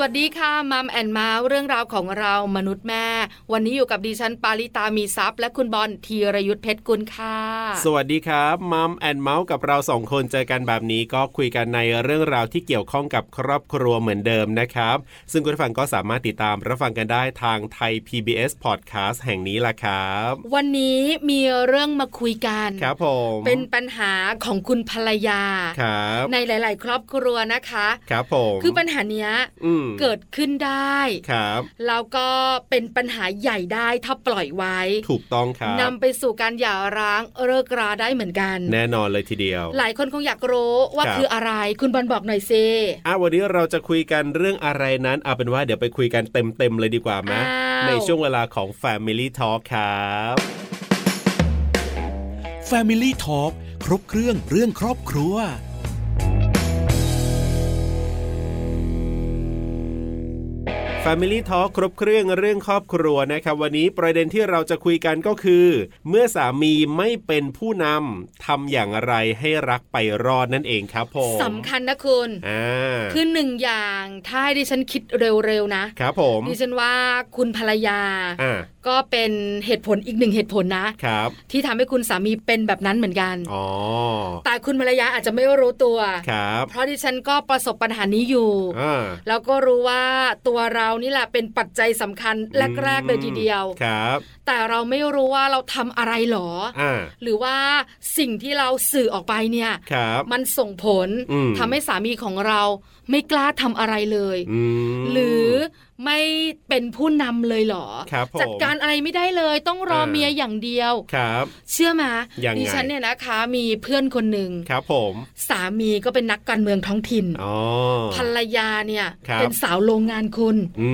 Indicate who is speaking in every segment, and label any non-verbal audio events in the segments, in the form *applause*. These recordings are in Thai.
Speaker 1: สวัสดีค่ะมัมแอนเมาส์เรื่องราวของเรามนุษย์แม่ วันนี้อยู่กับดิฉันปาริตามีซัพย์ และคุณบอลธีรยุทธเพชรกุลค่ะ
Speaker 2: สวัสดีครับมัมแอนเมาส์กับเราสองคนเจอกันแบบนี้ก็คุยกันในเรื่องราวที่เกี่ยวข้องกับครอบครัวเหมือนเดิมนะครับ ซึ่งคุณผู้ฟังก็สามารถติดตามรับฟังกันได้ทางไทย PBS Podcast แห่งนี้ล่ะครับ
Speaker 1: วันนี้มีเรื่องมาคุยกัน
Speaker 2: ครับผม
Speaker 1: เป็นปัญหาของคุณภรรยา
Speaker 2: ครับ
Speaker 1: ในหลาย ๆ ครอบครัวนะคะ
Speaker 2: ครับผม
Speaker 1: คือปัญหาเนี้ย
Speaker 2: อืม
Speaker 1: เกิดขึ้นได้
Speaker 2: ครับ
Speaker 1: แล้วก็เป็นปัญหาใหญ่ได้ถ้าปล่อยไว้
Speaker 2: ถูกต้องครับ
Speaker 1: นำไปสู่การหย่าร้างเลิกราได้เหมือนกัน
Speaker 2: แน่นอนเลยทีเดียว
Speaker 1: หลายคนคงอยากรู้ว่า
Speaker 2: ครับ
Speaker 1: คืออะไร คุณบอลบอกหน่อยซิ
Speaker 2: อ่ะวันนี้เราจะคุยกันเรื่องอะไรนั้นเอาเป็นว่าเดี๋ยวไปคุยกันเต็มๆเลยดีกว่าไหม
Speaker 1: อ้า
Speaker 2: ในช่วงเวลาของ Family Talk ครับ
Speaker 3: Family Talk ครบเครื่องเรื่องครอบครัว
Speaker 2: f a m i l y ่ทอครบเครื่องเรื่องครอบครัวนะครับ วันนี้ประเด็นที่เราจะคุยกันก็คือ เมื่อสามีไม่เป็นผู้นำทำอย่างไรให้รักไปรอดนั่นเองครับผม
Speaker 1: สำคัญนะคุณ
Speaker 2: อ่า
Speaker 1: คือหนึ่งอย่างถ้าให้ดิฉันคิดเร็วๆนะครับ
Speaker 2: ผม
Speaker 1: ดิฉันว่าคุณภรรยา
Speaker 2: อ่า
Speaker 1: ก็เป็นเหตุผลอีกหนึ่งเหตุผลนะ
Speaker 2: ครับ
Speaker 1: ที่ทำให้คุณสามีเป็นแบบนั้นเหมือนกัน
Speaker 2: อ๋อ
Speaker 1: แต่คุณภรรยาอาจจะไม่รู้ตัว
Speaker 2: ครับ
Speaker 1: เพราะดิฉันก็ประสบปัญหานี้อยู่
Speaker 2: อ่า
Speaker 1: แล้วก็รู้ว่าตัวเรานี่แหละเป็นปัจจัยสำคัญแรกๆเลยทีเดียว
Speaker 2: ครับ
Speaker 1: แต่เราไม่รู้ว่าเราทำอะไรหรอ
Speaker 2: อ่า
Speaker 1: หรือว่าสิ่งที่เราสื่อออกไปเนี่ย
Speaker 2: ครับ
Speaker 1: มันส่งผล
Speaker 2: อืม
Speaker 1: ทำให้สามีของเราไม่กล้าทำอะไรเลย
Speaker 2: อืม
Speaker 1: หรือไม่เป็นผู้นำเลยเหรอ
Speaker 2: ครับผม
Speaker 1: จัดการอะไรไม่ได้เลยต้องรอ
Speaker 2: เออ
Speaker 1: เมียอย่างเดียว
Speaker 2: ครับ
Speaker 1: เชื่อมา
Speaker 2: ยังไง
Speaker 1: ดิฉันเนี่ยนะคะมีเพื่อนคนหนึ่ง
Speaker 2: ครับผม
Speaker 1: สามีก็เป็นนักการเมืองท้องถิ่น
Speaker 2: อ๋อ
Speaker 1: ภรรยาเนี่ย
Speaker 2: ครับ
Speaker 1: เป็นสาวโรงงานคุณ
Speaker 2: อื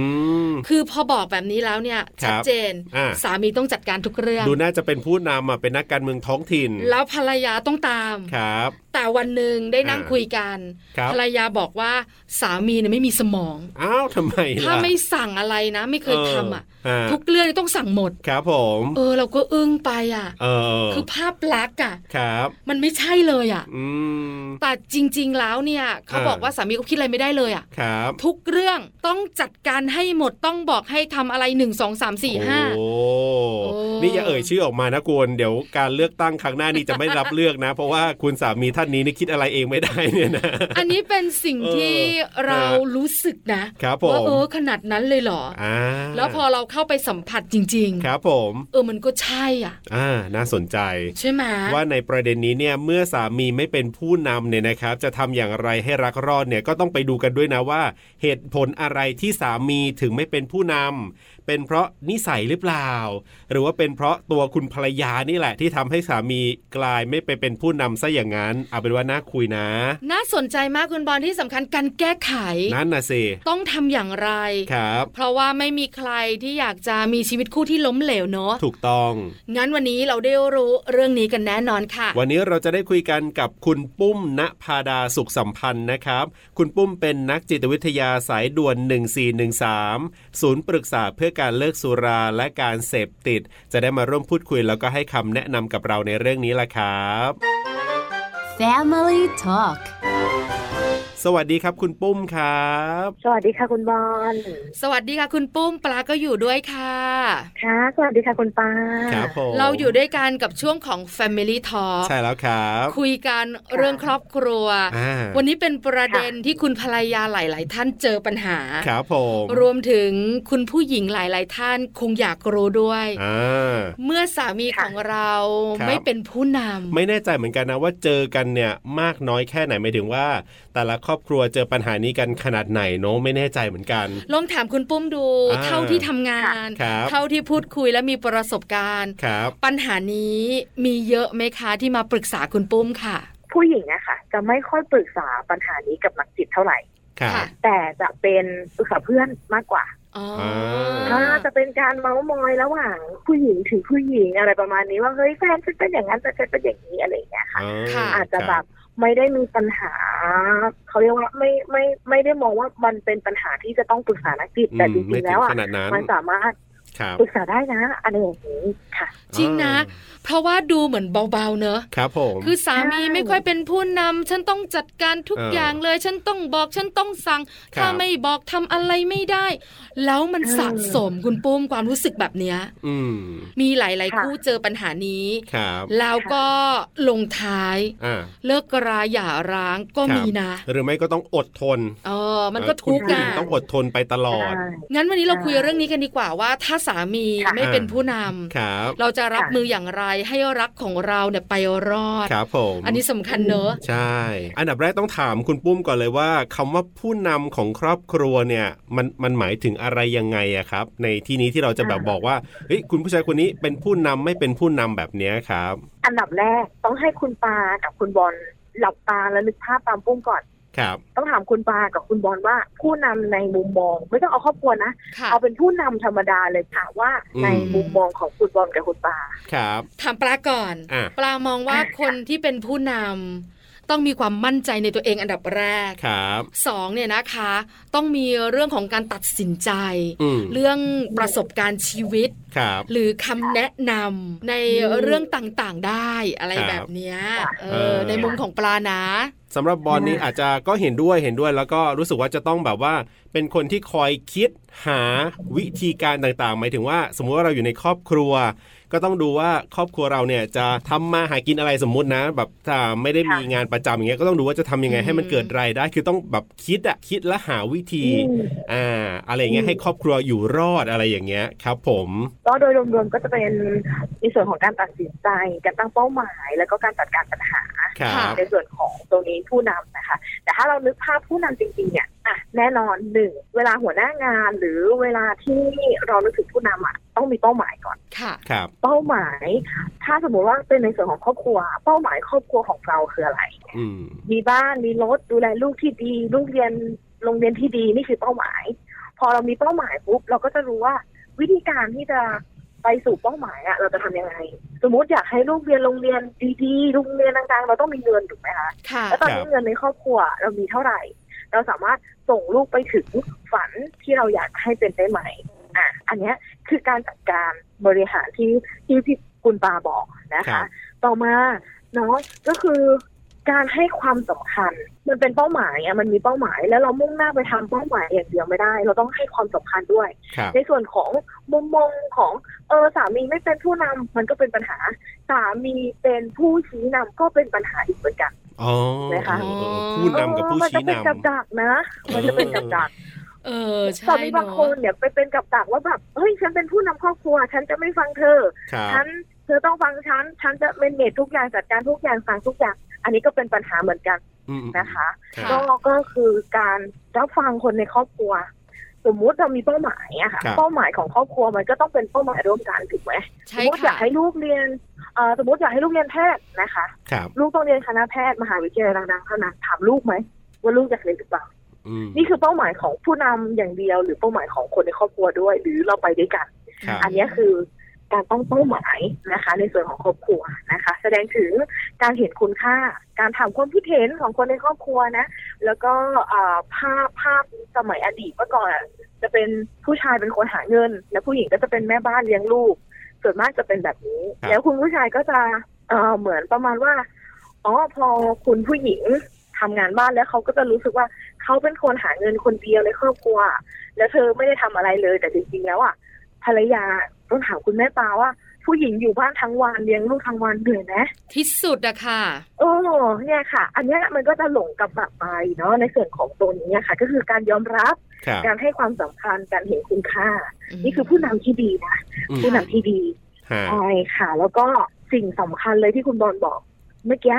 Speaker 2: ม
Speaker 1: คือพอบอกแบบนี้แล้วเนี่ย
Speaker 2: ครับ
Speaker 1: ชัดเจน
Speaker 2: อ่า
Speaker 1: สามีต้องจัดการทุกเรื่อง
Speaker 2: ดูน่าจะเป็นผู้นำอ่ะเป็นนักการเมืองท้องถิ่น
Speaker 1: แล้วภรรยาต้องตาม
Speaker 2: ครับ
Speaker 1: แต่วันหนึ่งได้นั่ง
Speaker 2: อ่า
Speaker 1: คุยกัน
Speaker 2: ครับ
Speaker 1: ภรรยาบอกว่าสามีเนี่ยไม่มีสมอง
Speaker 2: อ้าวทำไมล่ะ
Speaker 1: ถ้าไม่สั่งอะไรนะ ไม่เคยทำอ่ะ
Speaker 2: เออฮะ
Speaker 1: ทุกเรื่องต้องสั่งหมด
Speaker 2: ครับผม
Speaker 1: เออ เราก็อึ้งไปอ่ะ
Speaker 2: เออ
Speaker 1: คือภาพลักษณ์อ่ะ
Speaker 2: ครับ
Speaker 1: มันไม่ใช่เลยอ่ะ
Speaker 2: อืม
Speaker 1: แต่จริง ๆ แล้วเนี่ย เขา
Speaker 2: อ่า
Speaker 1: บอกว่าสามีเขาคิดอะไรไม่ได้เลยอ่ะ
Speaker 2: ครับ
Speaker 1: ทุกเรื่องต้องจัดการให้หมดต้องบอกให้ทำอะไรหนึ่งสองสามสี่ห้า
Speaker 2: โอ้
Speaker 1: โอ้
Speaker 2: นี่อย่าเอ่ยชื่อออกมานะคุณเดี๋ยวการเลือกตั้งครั้งหน้านี้จะไม่รับเลือกนะ เพราะว่าคุณสามีท่านนี้นี่คิดอะไรเองไม่ได้เนี่ยนะ
Speaker 1: อันนี้เป็นสิ่ง
Speaker 2: เออ
Speaker 1: ที่เรารู้สึกนะครับ
Speaker 2: ผม
Speaker 1: ว่าเออขนาดนั้นเลยเหรอ
Speaker 2: อ่า
Speaker 1: แล้วพอเราเข้าไปสัมผัสจริง ๆ
Speaker 2: ครับผม
Speaker 1: เออมันก็ใช่อ่ะ
Speaker 2: อ่าน่าสนใจ
Speaker 1: ใช่ไหม
Speaker 2: ว่าในประเด็นนี้เนี่ยเมื่อสามีไม่เป็นผู้นำเนี่ยนะครับ จะทำอย่างไรให้รักรอดเนี่ยก็ต้องไปดูกันด้วยนะว่า เหตุผลอะไรที่สามีถึงไม่เป็นผู้นำเป็นเพราะนิสัยหรือเปล่า หรือว่าเป็นเพราะตัวคุณภรรยานี่แหละ ที่ทำให้สามีกลายไม่ไปเป็นผู้นำซะอย่างนั้นเอาเป็นว่าน่าคุยนะ
Speaker 1: น่าสนใจมากคุณบอลที่สำคัญการแก้ไข
Speaker 2: นั่นนะสิ
Speaker 1: ต้องทำอย่างไร
Speaker 2: ครับ
Speaker 1: เพราะว่าไม่มีใครที่อยากจะมีชีวิตคู่ที่ล้มเหลวเนอะ
Speaker 2: ถูกต้อง
Speaker 1: งั้นวันนี้เราได้รู้เรื่องนี้กันแน่นอนค่ะ
Speaker 2: *laughs* วันนี้เราจะได้คุยกันกับคุณปุ้มณภาดาสุขสัมพันธ์นะครับ คุณปุ้มเป็นนักจิตวิทยาสายด่วน 1413 ศูนย์ปรึกษาเพื่อการเลิกสุราและการเสพติด จะได้มาร่วมพูดคุยแล้วก็ให้คำแนะนำกับเราในเรื่องนี้ล่ะครับ
Speaker 4: Family Talk
Speaker 2: สวัสดีครับคุณปุ้มครับ
Speaker 5: สวัสดีค่ะคุณบอล
Speaker 1: สวัสดีค่ะคุณปุ้มปลาก็อยู่ด้วยค่ะ
Speaker 5: ค่ะ สวัสดีค่ะคุณปา
Speaker 2: ครับผม
Speaker 1: เราอยู่ด้วยกันกับช่วงของ Family Talk
Speaker 2: ใช่แล้วครับ
Speaker 1: คุยกันเรื่องครอบครัว
Speaker 2: อ่า
Speaker 1: วันนี้เป็นประเด็นที่คุณภรรยาหลาย ๆ ท่านเจอปัญหา
Speaker 2: ครับผม
Speaker 1: รวมถึงคุณผู้หญิงหลาย ๆ ท่านคงอยากรู้ด้วย
Speaker 2: อ่า
Speaker 1: เมื่อสามีของเรา
Speaker 2: ครับ
Speaker 1: ไม่เป็นผู้นำ
Speaker 2: ไม่แน่ใจเหมือนกันนะว่าเจอกันเนี่ยมากน้อยแค่ไหนหมายถึงว่า แต่ละครอบครัวเจอปัญหานี้กันขนาดไหนเนาะไม่แน่ใจเหมือนกัน
Speaker 1: ลองถามคุณปุ้มดู
Speaker 2: อ่า
Speaker 1: เท่าที่ทำงาน
Speaker 2: ครับ
Speaker 1: เท่าที่พูดคุยและมีประสบการณ์
Speaker 2: ครับ
Speaker 1: ปัญหานี้มีเยอะไหมคะที่มาปรึกษาคุณปุ้มค่ะ
Speaker 5: ผู้หญิงอะค่ะ จะไม่ค่อยปรึกษาปัญหานี้กับนักจิตเท่าไหร่
Speaker 2: ครับ
Speaker 1: ค่ะ
Speaker 5: แต่จะเป็นปรึกษาเพื่อนมากกว่า
Speaker 1: อ๋อ
Speaker 2: อ่
Speaker 5: อ่าจะเป็นการเมาส์มอยระหว่างผู้หญิงถึงผู้หญิงอะไรประมาณนี้ว่าเฮ้ยแฟนฉันเป็นอย่างนั้นแฟนฉันเป็นอย่างนี้อะไรอย่างเงี้ยค่ะ
Speaker 2: อ๋อ
Speaker 1: ค่ะ
Speaker 5: อาจจะแบบไม่ได้มีปัญหาเขาเรียกว่าไม่ไม่ไม่ได้มองว่ามันเป็นปัญหาที่จะต้องปรึกษานักจิต
Speaker 2: อืม
Speaker 5: แต่จริ
Speaker 2: ไม่
Speaker 5: งๆ
Speaker 2: ถึ
Speaker 5: แล้ว
Speaker 2: ง
Speaker 5: อะ
Speaker 2: ขนาดนั้น
Speaker 5: มันสามารถ
Speaker 2: ครับ
Speaker 5: ปรึกษาได้นะอะไรอย่างนี้ค่ะ
Speaker 1: จริงนะ
Speaker 2: อ่
Speaker 1: เพราะว่าดูเหมือนเบาๆเนอะ
Speaker 2: าครับผม
Speaker 1: คือสามี
Speaker 5: ใช่
Speaker 1: ไม่ค่อยเป็นผู้นำฉันต้องจัดการทุก
Speaker 2: เออ
Speaker 1: อ
Speaker 2: อย่าง
Speaker 1: เลย ฉันต้องบอกฉันต้องสั่ง
Speaker 2: ครับ
Speaker 1: ถ้าไม่บอกทำอะไรไม่ได้ แล้วมันสะสมคุณปุ้มความรู้สึกแบบเนี้ย
Speaker 2: อืม
Speaker 1: มีหลาย ๆ
Speaker 5: ค่ะ
Speaker 1: คู่เจอปัญหานี้
Speaker 2: ครับ
Speaker 1: แล้วก็ลงท้าย
Speaker 2: อ่า
Speaker 1: เลิกราอย่าร้างก็
Speaker 2: ครับ
Speaker 1: มีนะ
Speaker 2: หรือไม่ก็ต้องอดทน
Speaker 1: เออมันก็ทุกข์
Speaker 2: เอ่อคุณผู้ห
Speaker 1: อ่ะ
Speaker 2: ญิงต้องอดทนไปตลอด
Speaker 5: ใช่
Speaker 1: งั้นวันนี้เรา
Speaker 5: ใช่
Speaker 1: คุยเรื่องนี้กันดีกว่าว่า ถ้าสามี
Speaker 5: ค่ะ
Speaker 1: ไม่เป็นผู้นำ
Speaker 2: ครับ
Speaker 1: เราจะรับ
Speaker 5: ค่ะ
Speaker 1: มืออย่างไรให้รักของเราเนี่ยไปรอด
Speaker 2: ครับผม
Speaker 1: อันนี้สำคัญเนอะ
Speaker 2: ใช่ อันดับแรกต้องถามคุณปุ้มก่อนเลยว่าคำว่าผู้นำของครอบครัวเนี่ยมันมันหมายถึงอะไรยังไงอะครับ ในที่นี้ที่เราจะแบบบอกว่าเฮ้ยคุณผู้ชายคนนี้เป็นผู้นำไม่เป็นผู้นำแบบเนี้ยครับ
Speaker 5: อันดับแรกต้องให้คุณปากับคุณบอลหลับตาแล้วนึกภาพตามปุ้มก่อน
Speaker 2: ครับ
Speaker 5: ต้องถามคุณปากับคุณบอลว่าผู้นำในมุมมอง ไม่ต้องเอาครอบครัวนะ
Speaker 1: ค่ะ
Speaker 5: เอาเป็นผู้นำธรรมดาเลยค่ะว่า
Speaker 2: อืม
Speaker 5: ในมุมมองของคุณบอลกับคุณปา
Speaker 2: ครับ
Speaker 1: ถามปลาก่อน
Speaker 2: อ่ะ
Speaker 1: ปลามองว่า
Speaker 5: อ่ะ
Speaker 1: คนที่เป็นผู้นำต้องมีความมั่นใจในตัวเองอันดับแรก
Speaker 2: ครับ
Speaker 1: สองเนี่ยนะคะ ต้องมีเรื่องของการตัดสินใจ
Speaker 2: อืม
Speaker 1: เรื่องประสบการณ์ชีวิต
Speaker 2: ครับ
Speaker 1: หรือคำแนะนำใน
Speaker 5: อืม
Speaker 1: เรื่องต่างๆได้อะไรแบบเนี้ยเอ
Speaker 2: เอ
Speaker 1: อ
Speaker 2: อ
Speaker 1: ในมุมของปลานะ
Speaker 2: สำหรับบอลนี้อาจจะก็เห็นด้วยเห็นด้วย แล้วก็รู้สึกว่าจะต้องแบบว่าเป็นคนที่คอยคิดหาวิธีการต่างๆ หมายถึงว่า สมมุติว่าเราอยู่ในครอบครัว ก็ต้องดูว่าครอบครัวเราเนี่ยจะทำมาหากินอะไรสมมุตินะ แบบถ้าไม่ได้มีงานประจำอย่างเงี้ยก็ต้องดูว่าจะทำยังไง
Speaker 1: อืม
Speaker 2: ให้มันเกิดรายได้คือต้องแบบคิดอะคิดและหาวิธีอ่าอะไรอย่างเงี้ยให้ครอบครัวอยู่รอดอะไรอย่างเงี้ยครับ ผม
Speaker 5: ก็โดยรวมๆก็จะเป็นในส่วนของการตัดสินใจการตั้งเป้าหมาย แล้วก็การจัดการปัญหา
Speaker 2: ครับ
Speaker 5: ในส่วนของตรงนี้ผู้นำนะคะ แต่ถ้าเรานึกภาพผู้นำจริงๆเนี่ยอ่ะแน่นอนหนึ่งเวลาหัวหน้างานหรือเวลาที่เรานึกถึงผู้นำอ่ะต้องมีเป้าหมายก่อน
Speaker 1: ค่ะ
Speaker 2: ครับ
Speaker 5: เป้าหมาย ถ้าสมมติว่าเป็นในส่วนของครอบครัว เป้าหมายครอบครัวของเราคืออะไร
Speaker 2: อืม
Speaker 5: มีบ้าน มีรถ ดูแลลูกที่ดี ลูกเรียนโรงเรียนที่ดี นี่คือเป้าหมาย พอเรามีเป้าหมายปุ๊บ เราก็จะรู้ว่า วิธีการที่จะไปสู่เป้าหมายอะเราจะทำยังไง สมมติอยากให้ลูกเรียนโรงเรียนดีๆ โรงเรียนดังๆ เราต้องมีเงินถูกไหมคะ
Speaker 1: ค่ะ
Speaker 5: แล้วตอนนี้เงินในครอบครัวเรามีเท่าไหร่ เราสามารถส่งลูกไปถึงฝันที่เราอยากให้เป็นได้ไหมอ่ะอันเนี้ยคือการจัดการบริหารที่ที่พี่คุณปาบอกนะ
Speaker 2: ครั
Speaker 5: คะ
Speaker 2: บ
Speaker 5: ต่อมาเนาะก็คือการให้ความสำคัญ มันเป็นเป้าหมายอะมันมีเป้าหมายแล้วเรามุ่งหน้าไปทำเป้าหมายอย่างเดียวไม่ได้ เราต้องให้ความสำคัญด้วย
Speaker 2: ครับ
Speaker 5: ในส่วนของมุมมองของเออสามีไม่เป็นผู้นำมันก็เป็นปัญหา สามีเป็นผู้ชี้นำก็เป็นปัญหาอีกเหมือนกัน
Speaker 2: อ๋อ
Speaker 5: นะคะ
Speaker 2: เออเออผู้นำกับผู้ชี้
Speaker 5: เออมันจะเป็น
Speaker 2: นำ
Speaker 5: กับดักนะ มันจะเป็นกับดัก
Speaker 1: เออใช่
Speaker 5: สามีบางคน
Speaker 1: เนอะ
Speaker 5: เนี่ยไปเป็นกับดักว่าแบบ เฮ้ย ฉันเป็นผู้นำครอบครัว ฉันจะไม่ฟังเธอ
Speaker 2: ครับ
Speaker 5: ฉัน เธอต้องฟังฉัน ฉันจะเมนเนจทุกอย่างจัดการทุกอย่างสั่งทุกอย่าง อันนี้ก็เป็นปัญหาเหมือนกัน
Speaker 2: อืมอืม
Speaker 5: นะคะ
Speaker 2: ครับ
Speaker 5: ก็ก็คือการรับฟังคนในครอบครัว สมมุติเรามีเป้าหมายอะค่ะ
Speaker 2: ครับ
Speaker 5: เป้าหมายของครอบครัวมันก็ต้องเป็นเป้าหมายร่วมกันถูกไหม
Speaker 1: ใช่
Speaker 5: สมมติอยา
Speaker 1: ค่ะ
Speaker 5: กให้ลูกเรียนเอ่อสมมติอยากให้ลูกเรียนแพทย์นะคะ
Speaker 2: ครับ
Speaker 5: ลูกต้องเรียนคณะแพทย์มหาวิทยาลัยดังๆเท่านั้นถามลูกไหมว่าลูกอยากเรียนหรือเปล่า
Speaker 2: อืม
Speaker 5: นี่คือเป้าหมายของผู้นำอย่างเดียว หรือเป้าหมายของคนในครอบครัวด้วย หรือเราไปด้วยกัน
Speaker 2: ครับ
Speaker 5: อันเนี้ยคือการตั้งเป้าหมายนะคะ ในส่วนของครอบครัวนะคะ แสดงถึงการเห็นคุณค่า การถามความคิดเห็นของคนในครอบครัวนะ แล้วก็เอ่อภาพภาพสมัยอดีตเมื่อก่อนอะจะเป็นผู้ชายเป็นคนหาเงิน และผู้หญิงก็จะเป็นแม่บ้านเลี้ยงลูก ส่วนมากจะเป็นแบบนี้
Speaker 2: ครับ
Speaker 5: แล้วคุณผู้ชายก็จะเอ่อเหมือนประมาณว่า อ๋อพอคุณผู้หญิงทำงานบ้านแล้วเขาก็จะรู้สึกว่าเขาเป็นคนหาเงินคนเดียวในครอบครัว แล้วเธอไม่ได้ทำอะไรเลย แต่จริงๆแล้วอ่ะภรรยาต้องถามคุณแม่ปาว่า ผู้หญิงอยู่บ้านทั้งวันเลี้ยงลูกทั้งวันเหนื่อยไหม
Speaker 1: ที่สุดอะค่ะ
Speaker 5: โอ้เนี่ยค่ะ อันเนี้ยมันก็จะหลงกลับมาไปเนาะในส่วนของตรงนี้ค่ะ ก็คือการยอมรับ
Speaker 2: ครับ
Speaker 5: การให้ความสำคัญการเห็นคุณค่า นี่คือผู้นำที่ดีนะ
Speaker 2: อืม
Speaker 5: ผู้นำที่ดี
Speaker 2: ฮะ
Speaker 5: ใช่ค่ะ แล้วก็สิ่งสำคัญเลยที่คุณบอลบอก เมื่อกี้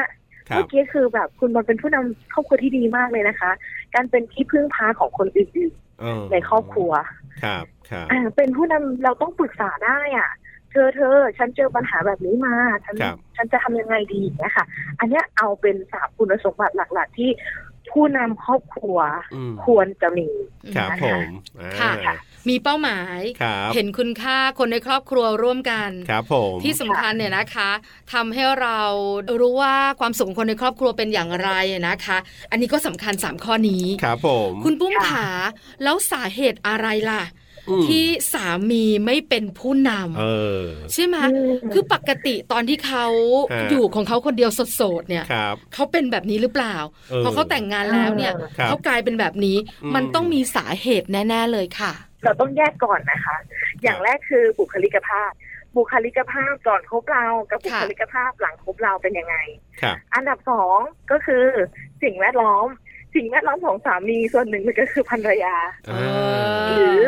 Speaker 2: ครั
Speaker 5: เมื่
Speaker 2: บ
Speaker 5: อกี้คือแบบคุณบอลเป็นผู้นำครอบครัวที่ดีมากเลยนะคะ การเป็นที่พึ่งพาของคนอื่น
Speaker 2: เอ
Speaker 5: ๆในครอบครัว
Speaker 2: ครับครับ
Speaker 5: อ่าเป็นผู้นำเราต้องปรึกษาได้อ่ะ เธอเธอฉันเจอปัญหาแบบนี้มาฉัน
Speaker 2: ครับ
Speaker 5: ฉันจะทำยังไงดีอย่างเงี้ยค่ะ อันเนี้ยเอาเป็นสามคุณสมบัติหลัก ๆ ที่ผู้นำครอบครัว
Speaker 2: อืม
Speaker 5: ควรจะมี
Speaker 2: ครับ
Speaker 5: นะคะ
Speaker 2: ผมอ่า
Speaker 1: ค่ะ มีเป้าหมาย
Speaker 2: ครับ
Speaker 1: เห็นคุณค่าคนในครอบครัวร่วมกัน
Speaker 2: ครับผม
Speaker 1: ที่สำคัญเนี่ยนะคะทำให้เรารู้ว่าความสุขของคนในครอบครัวเป็นอย่างไรนะคะ อันนี้ก็สำคัญ 3 ข้อนี้
Speaker 2: ครับผม
Speaker 1: คุณปุ้ม
Speaker 5: ค่ะ
Speaker 1: ขาแล้วสาเหตุอะไรล่ะ
Speaker 2: อืม
Speaker 1: ที่สามีไม่เป็นผู้น
Speaker 2: เออ
Speaker 1: ำใช่ไหม
Speaker 5: อืม
Speaker 1: คือปกติตอนที่เขา
Speaker 2: ฮะ
Speaker 1: อยู่ของเขาคนเดียวโสดๆเนี่ย
Speaker 2: ครับ
Speaker 1: เขาเป็นแบบนี้หรือเปล่า
Speaker 2: เออ
Speaker 1: พอเขาแต่งงานแล้วเนี่ย
Speaker 2: ครับ
Speaker 1: เขากลายเป็นแบบนี้
Speaker 2: อืม
Speaker 1: มันต้องมีสาเหตุแน่ ๆเลยค่ะ
Speaker 5: เราต้องแยกก่อนนะคะ อย่างแรกคือบุคลิกภาพ บุคลิกภาพก่อนคบเรากับบุ
Speaker 1: ค่ะ
Speaker 5: คลิกภาพหลังคบเราเป็นยังไง
Speaker 2: ครับ
Speaker 5: อันดับสองก็คือสิ่งแวดล้อม สิ่งแวดล้อมของสามีส่วนหนึ่งก็คือภรรยา
Speaker 1: เออ
Speaker 5: หรือ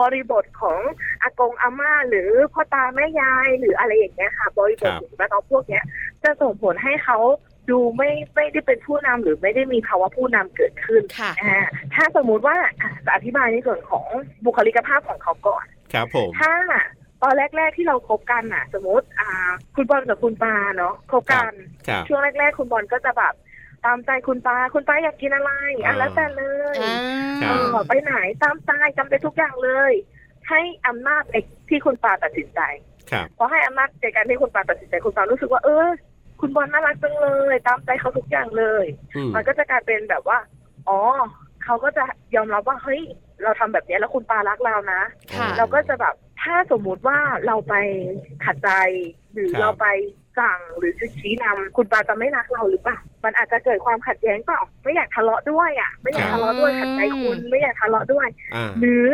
Speaker 5: บริบทของอากงอาม่าหรือพ่อตาแม่ยายหรืออะไรอย่างเงี้ยค่ะ บริบท
Speaker 2: ครับ
Speaker 5: สิ่งแวดล้อมพวกเนี้ย จะส่งผลให้เขาดูไม่ไม่ได้เป็นผู้นำหรือไม่ได้มีภาวะผู้นำเกิดขึ้น
Speaker 1: ค่ะ
Speaker 5: อ่าถ้าสมมุติว่าอ่ะจะอธิบายในส่วนของบุคลิกภาพของเขาก่อน
Speaker 2: ครับผม
Speaker 5: ถ้าตอนแรก ๆที่เราคบกันน่ะ สมมติอ่า คุณบอลกับคุณปาเนาะคบกัน
Speaker 2: ครับ
Speaker 5: ช่วงแรก ๆ คุณบอลก็จะแบบตามใจคุณปาคุณปาอยากกินอะไรอ่ะแล้วแต่เลย
Speaker 1: อ่า
Speaker 2: ครั
Speaker 5: เอบ อไปไหนตามใจจำไปทุกอย่างเลย ให้อำนาจไปที่คุณปาตัดสินใจ
Speaker 2: ครับ
Speaker 5: พอให้อำนาจในการที่คุณปาตัดสินใจคุณปารู้สึกว่าเออ คุณบอลน่ารักจังเลย ตามใจเขาทุกอย่างเลย
Speaker 2: อืม
Speaker 5: มันก็จะกลายเป็นแบบว่า อ๋อเขาก็จะยอมรับว่าเฮ้ยเราทำแบบเนี้ยแล้วคุณปารักเรานะ
Speaker 1: ค่ะ
Speaker 5: เราก็จะแบบถ้าสมมุติว่าเราไปขัดใจ หรือเราไปสั่งหรือชี้นำคุณปาจะไม่รักเราหรือเปล่ามันอาจจะเกิดความขัดแย้งเปล่าไม่อยากทะเลาะด้วยอ่ะ ไม่อยากทะเลาะด้วยขัดใจคุณไม่อยากทะเลาะด้วย
Speaker 2: อ่า
Speaker 5: หรือ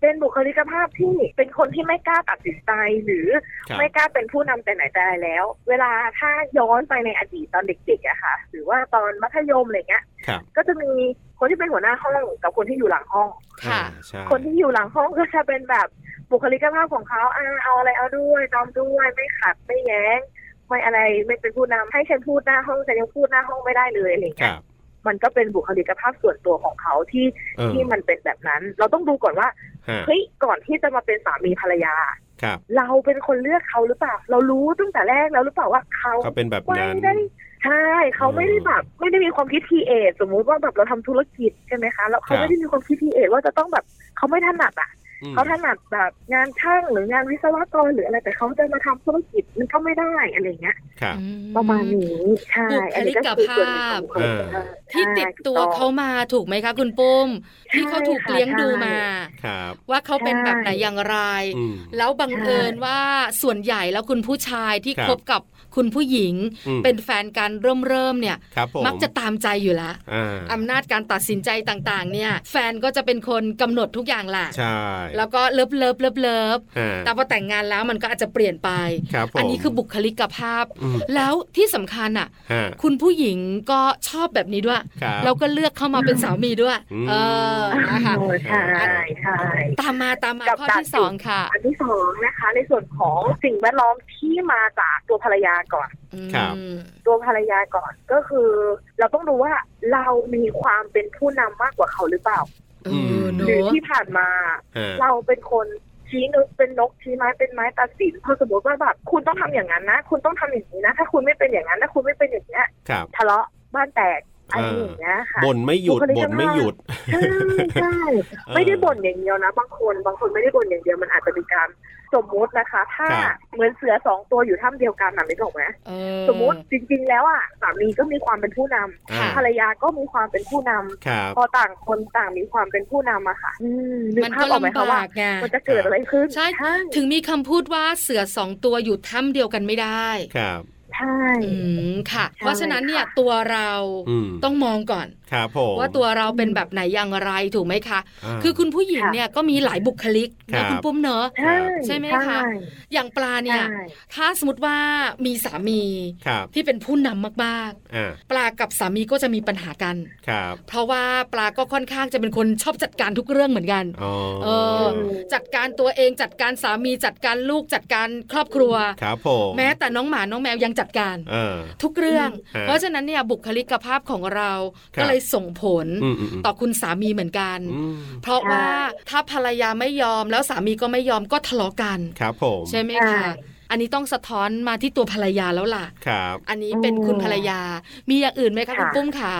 Speaker 5: เป็นบุคลิกภาพที่เป็นคนที่ไม่กล้าตัดสินใจหรือ
Speaker 2: ครับ
Speaker 5: ไม่กล้าเป็นผู้นำแต่ไหนแต่ไรแล้ว เวลาถ้าย้อนไปในอดีตตอนเด็กๆอะค่ะ หรือว่าตอนมัธยมอะไรเงี้ย
Speaker 2: ครับ
Speaker 5: ก็จะมีคนที่เป็นหัวหน้าห้องกับคนที่อยู่หลังห้อง
Speaker 1: ค่ะ
Speaker 2: อ่าใช่
Speaker 5: คนที่อยู่หลังห้องก็จะเป็นแบบบุคลิกภาพของเขาอ่าเอาอะไรเอาด้วยตามด้วยไม่ขัดไม่แย้ง ไม่อะไรไม่เป็นผู้นำให้ฉันพูดหน้าห้องฉันยังพูดหน้าห้องไม่ได้เลยอะไร
Speaker 2: ค
Speaker 5: เงี้ย
Speaker 2: รับ
Speaker 5: มันก็เป็นบุคลิกภาพส่วนตัวของเขาที่
Speaker 2: เออ
Speaker 5: ที่มันเป็นแบบนั้น เราต้องดูก่อนว่า
Speaker 2: ฮะ
Speaker 5: เฮ้ยก่อนที่จะมาเป็นสามีภรรยา
Speaker 2: ครับ
Speaker 5: เราเป็นคนเลือกเขาหรือเปล่า เรารู้ตั้งแต่แรกแล้วหรือเปล่าว่าเขา
Speaker 2: เขาเป็นแบบ
Speaker 5: ไม่
Speaker 2: นั้น
Speaker 5: ได้ใช่เขาไม่ได้แบบไม่ได้มีความคิดทีเอทสมมุติว่าแบบเราทำธุรกิจใช่ไหมคะแล้วเขา
Speaker 2: ครับ
Speaker 5: ไม่ได้มีความคิดทีเอทว่าจะต้องแบบเขาไม่ถนัดอ่ะ
Speaker 2: อืม
Speaker 5: เขาถนัดแบบงานช่างหรืองานวิศวกรหรืออะไรแต่เขาจะมาทำธุรกิจมันก็ไม่ได้อะไรเงี้ย
Speaker 2: ครับ
Speaker 1: อื
Speaker 5: ประมาณนี้ใช่อันนี้ก็คือส่วนหนึ่งของบุคลิกภาพ
Speaker 1: ที่ติดตัวเขามาถูกไหมคะคุณปุ้ม ที่เขาถูกเลี้ยงดูมา
Speaker 2: ครับ
Speaker 1: ว่าเขาเป็นแบบไหนอย่างไร
Speaker 2: อืม
Speaker 1: แล้วบังเอิญว่าส่วนใหญ่แล้วคุณผู้ชายที่
Speaker 2: ครับ
Speaker 1: คบกับคุณผู้หญิง
Speaker 2: อืม
Speaker 1: เป็นแฟนกันเริ่มเริ่มๆเนี่ย
Speaker 2: ครับผม
Speaker 1: มักจะตามใจอยู่ละ
Speaker 2: อ่า
Speaker 1: อำนาจการตัดสินใจต่างๆ เนี่ย แฟนก็จะเป็นคนกำหนดทุกอย่างแหละ
Speaker 2: ใช่
Speaker 1: แล้วก็เลิฟเลิฟเลิฟเลิฟ
Speaker 2: ฮะ
Speaker 1: แต่พอแต่งงานแล้วมันก็อาจจะเปลี่ยนไป
Speaker 2: ครับผม
Speaker 1: อั
Speaker 2: อั
Speaker 1: นนี้คือบุคลิกภาพ
Speaker 2: ม
Speaker 1: แล้วที่สำคัญอ่ะ
Speaker 2: ฮะ
Speaker 1: คุณผู้หญิงก็ชอบแบบนี้ด้วย
Speaker 2: ครับ
Speaker 1: เราก็เลือกเข้ามาเป็นสามีด้วย
Speaker 2: อืม
Speaker 1: เออ นะคะ
Speaker 5: โอ้ใช่ใช่
Speaker 1: ตามมาตามมา
Speaker 5: กับ
Speaker 1: ข้อ
Speaker 5: การ
Speaker 1: ที่สองค่ะ
Speaker 5: อันที่สองนะคะ ในส่วนของสิ่งแวดล้อมที่มาจากตัวภรรยาก่อน
Speaker 2: ครับ
Speaker 1: อืม
Speaker 5: ตัวภรรยาก่อนก็คือ เราต้องดูว่าเรามีความเป็นผู้นำมากกว่าเขาหรือเปล่า
Speaker 1: เออ
Speaker 5: หรือ
Speaker 1: เนาะ
Speaker 5: ที่ผ่านมา
Speaker 2: ฮะ
Speaker 5: เราเป็นคนชี้นกเป็นนกชี้ไม้เป็นไม้ตัดสินพอสมมติว่าแบบคุณต้องทำอย่างนั้นนะ คุณต้องทำอย่างนี้นะ ถ้าคุณไม่เป็นอย่างนั้นถ้าคุณไม่เป็นอย่างเนี้ย
Speaker 2: ครับ
Speaker 5: ทะเลาะบ้านแตกอะไร
Speaker 2: อ่า
Speaker 5: อย่างเงี้ยค่ะ
Speaker 2: บ่นไม่หยุด
Speaker 5: บุคลิก
Speaker 2: บ่นไม่
Speaker 5: ภาพ
Speaker 2: หยุด
Speaker 5: ใช่ใช่
Speaker 2: เออ
Speaker 5: ไม่ได้บ่นอย่างเดียวนะ บางคนบางคนไม่ได้บ่นอย่างเดียวมันอาจจะมีการสมมุตินะคะ ถ้า
Speaker 2: ครับ
Speaker 5: เหมือนเสือสองตัวอยู่ถ้ำเดียวกันนะไม่ถูกไหม
Speaker 1: เออ
Speaker 5: สมมติจริง ๆ แล้วอ่ะสามีก็มีความเป็นผู้นำ
Speaker 2: อ่า
Speaker 5: ภรรยาก็มีความเป็นผู้นำ
Speaker 2: ครับ
Speaker 5: พอต่างคนต่างมีความเป็นผู้นำอะค่ะ อืมนึก
Speaker 1: มัน
Speaker 5: ภา
Speaker 1: ก็
Speaker 5: พออกไหม
Speaker 1: ลำ
Speaker 5: คะว่า
Speaker 1: บากไง
Speaker 5: มันจะเกิดอะไรขึ้น
Speaker 1: ใช่ ถึงมีคำพูดว่าเสือสองตัวอยู่ถ้ำเดียวกันไม่ได้
Speaker 2: ครับ
Speaker 5: ใช่
Speaker 1: อืมค่ะ
Speaker 5: ใช่
Speaker 1: เพราะฉะนั้นเนี่ย
Speaker 5: ค่ะ
Speaker 1: ตัวเรา
Speaker 2: อืม
Speaker 1: ต้องมองก่อน
Speaker 2: ครับผม
Speaker 1: ว่าตัวเราเป็นแบบไหนอย่างไรถูกไหมคะ
Speaker 2: า
Speaker 1: คือคุณผู้หญิง
Speaker 5: ค่ะ
Speaker 1: เนี่ยก็มีหลายบุคลิก
Speaker 2: ครั
Speaker 1: นะ
Speaker 2: บ
Speaker 1: คุณปุ้มเนอะ
Speaker 5: ใช่
Speaker 1: ใช่ไหมคะ อย่างปลา
Speaker 5: ใช่
Speaker 1: เนี่ย ถ้าสมมติว่ามีสามี
Speaker 2: ครับ
Speaker 1: ที่เป็นผู้นำมาก
Speaker 2: อ่า
Speaker 1: ๆ ปลากับสามีก็จะมีปัญหากัน
Speaker 2: ครับ
Speaker 1: เพราะว่าปลาก็ค่อนข้างจะเป็นคนชอบจัดการทุกเรื่องเหมือนกัน
Speaker 2: อ๋อ
Speaker 1: เออ จัดการตัวเองจัดการสามีจัดการลูกจัดการครอบครัว
Speaker 2: ครับผม
Speaker 1: แม้แต่น้องหมาน้องแมวยังจัดการ
Speaker 2: เออ
Speaker 1: ทุกเรื่อง
Speaker 2: ฮะ
Speaker 1: เพราะฉะนั้นเนี่ยบุคลิกภาพของเรา
Speaker 2: ครับ
Speaker 1: ก็เลยส่งผล
Speaker 2: อืมอืมม
Speaker 1: ต่อคุณสามีเหมือนกัน
Speaker 2: อืม
Speaker 1: เพราะว่าถ้าภรรยาไม่ยอมแล้วสามีก็ไม่ยอมก็ทะเลาะกัน
Speaker 2: ครับผม
Speaker 1: ใช่ไหม
Speaker 5: ใช่
Speaker 1: คะอันนี้ต้องสะท้อนมาที่ตัวภรรยาแล้วล่ะ
Speaker 2: ครับ
Speaker 1: อันนี้เป็น
Speaker 5: อืม
Speaker 1: คุณภรรยา มีอย่างอื่นไหมคะคุณ
Speaker 5: ค่ะ
Speaker 1: ปุ้มขา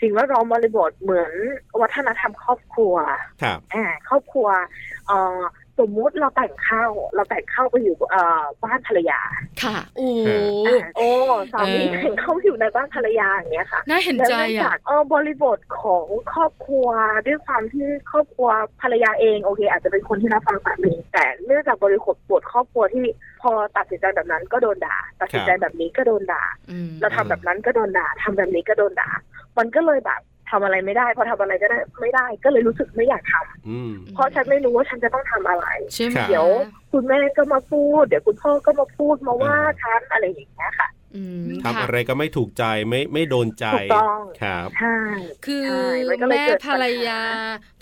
Speaker 5: สิ่งแวดล้อมบริบทเหมือนวัฒนธรรมครอบครัว
Speaker 2: ครับ
Speaker 5: อ่าครอบครัวเอ่อ สมมุติเราแต่งเข้า เราแต่งเข้าไปอยู่เอ่อบ้านภรรยา
Speaker 1: ค่ะโอ้
Speaker 2: เอ
Speaker 5: ะโอ้สามีแต่งเข้าไปอยู่ในบ้านภรรยาอย่างเงี้ยค่ะ
Speaker 1: น่าเห็น
Speaker 5: แล้ว
Speaker 1: ใจ
Speaker 5: เนื่อง
Speaker 1: อ่ะ
Speaker 5: จากเออบริบทของครอบครัวด้วยความที่ครอบครัวภรรยาเองโอเค อาจจะเป็นคนที่รับฟังสามีแต่เนื่องจากบริบทครอบครัวที่พอตัดสินใจแบบนั้นก็โดนด่า ตัดสินใจแบบนี้ก็โดนด่า
Speaker 1: อืม
Speaker 5: เราทำแบบนั้นก็โดนด่าทำแบบนี้ก็โดนด่า มันก็เลยแบบทำอะไรไม่ได้ พอทำอะไรก็ได้ไม่ได้ก็เลยรู้สึกไม่อยากทำ
Speaker 2: อืม
Speaker 5: เพราะฉันไม่รู้ว่าฉันจะต้องทำอะไร
Speaker 1: ใช่ไหม
Speaker 2: ครับ
Speaker 5: เดี๋ยวคุณแม่ก็มาพูด เดี๋ยวคุณพ่อก็มาพูดมาว่าฉันอะไรอย่างเงี้ยค่ะ
Speaker 1: อืม
Speaker 2: ทำ
Speaker 1: ค่ะ
Speaker 2: อะไรก็ไม่ถูกใจไม่ไม่โดนใจ
Speaker 5: ถูกต้อง
Speaker 2: ครับ
Speaker 5: ใช่
Speaker 1: คือ
Speaker 5: ใช่มันก็เลย
Speaker 1: แม่
Speaker 5: เกิดปั
Speaker 1: ภร
Speaker 5: ญหา
Speaker 1: รยา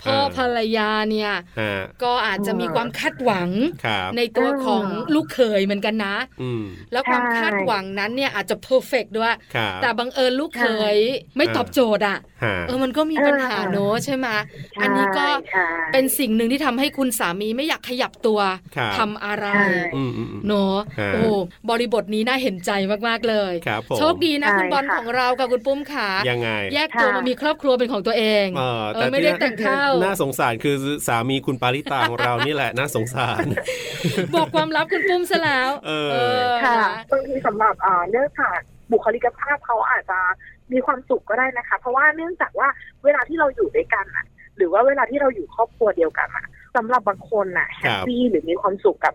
Speaker 1: พ่อ
Speaker 2: เออ
Speaker 1: ภรรยาเนี่ย
Speaker 2: ฮะ
Speaker 1: ก็อาจจะมีความคาดหวัง
Speaker 2: ครับ
Speaker 1: ในตัวของ
Speaker 5: อ่า
Speaker 1: ลูกเขยเหมือนกันนะ
Speaker 2: อืม
Speaker 1: แล้วความ
Speaker 5: ใช่
Speaker 1: คาดหวังนั้นเนี่ยอาจจะเพอร์เฟกด้วย
Speaker 2: ครับ
Speaker 1: แต่บังเอิญลูกเขยไม่ตอบโจทย์อ่ะ
Speaker 2: ฮะ
Speaker 1: เออมันก็มีปัญหาเนอะใช่ไหมอันนี้ก็
Speaker 5: ใช่ใช่
Speaker 1: เป็นสิ่งหนึ่งที่ทำให้คุณสามีไม่อยากขยับตัว
Speaker 2: ครับ
Speaker 1: ทำอะไร
Speaker 5: ใช่
Speaker 2: อืมอืมอืม
Speaker 1: เนาะ
Speaker 2: ฮะ
Speaker 1: โอ้โหบริบทนี้น่าเห็นใจมาก ๆ เลย
Speaker 2: ครับผม
Speaker 1: โชคดีนะ คุณ
Speaker 5: ใช่
Speaker 1: บอล
Speaker 5: ค่ะ
Speaker 1: ของเรากับคุณปุ้มขา
Speaker 2: ยังไง
Speaker 1: แยกตัว
Speaker 5: ค่ะ
Speaker 1: มามีครอบครัวเป็นของตัวเอง
Speaker 2: เออ
Speaker 1: เอ
Speaker 2: แต่
Speaker 1: อไม่ได้แต่งข้าว
Speaker 2: น่าสงสารคือสามีคุณปาริตาของเรานี่แหละ น่าสงสาร
Speaker 1: บอกความลับคุณปุ้มซะแล้ว
Speaker 2: เออ
Speaker 5: ค่ะ
Speaker 1: นะ
Speaker 5: บางทีสำหรับเอ่อเนื่องจากบุคลิกภาพเขาอาจจะมีความสุขก็ได้นะคะ เพราะว่าเนื่องจากว่าเวลาที่เราอยู่ด้วยกันอะหรือว่าเวลาที่เราอยู่ครอบครัวเดียวกันอะสำหรับบางคนอะแฮปปี้หรือมีความสุขกับ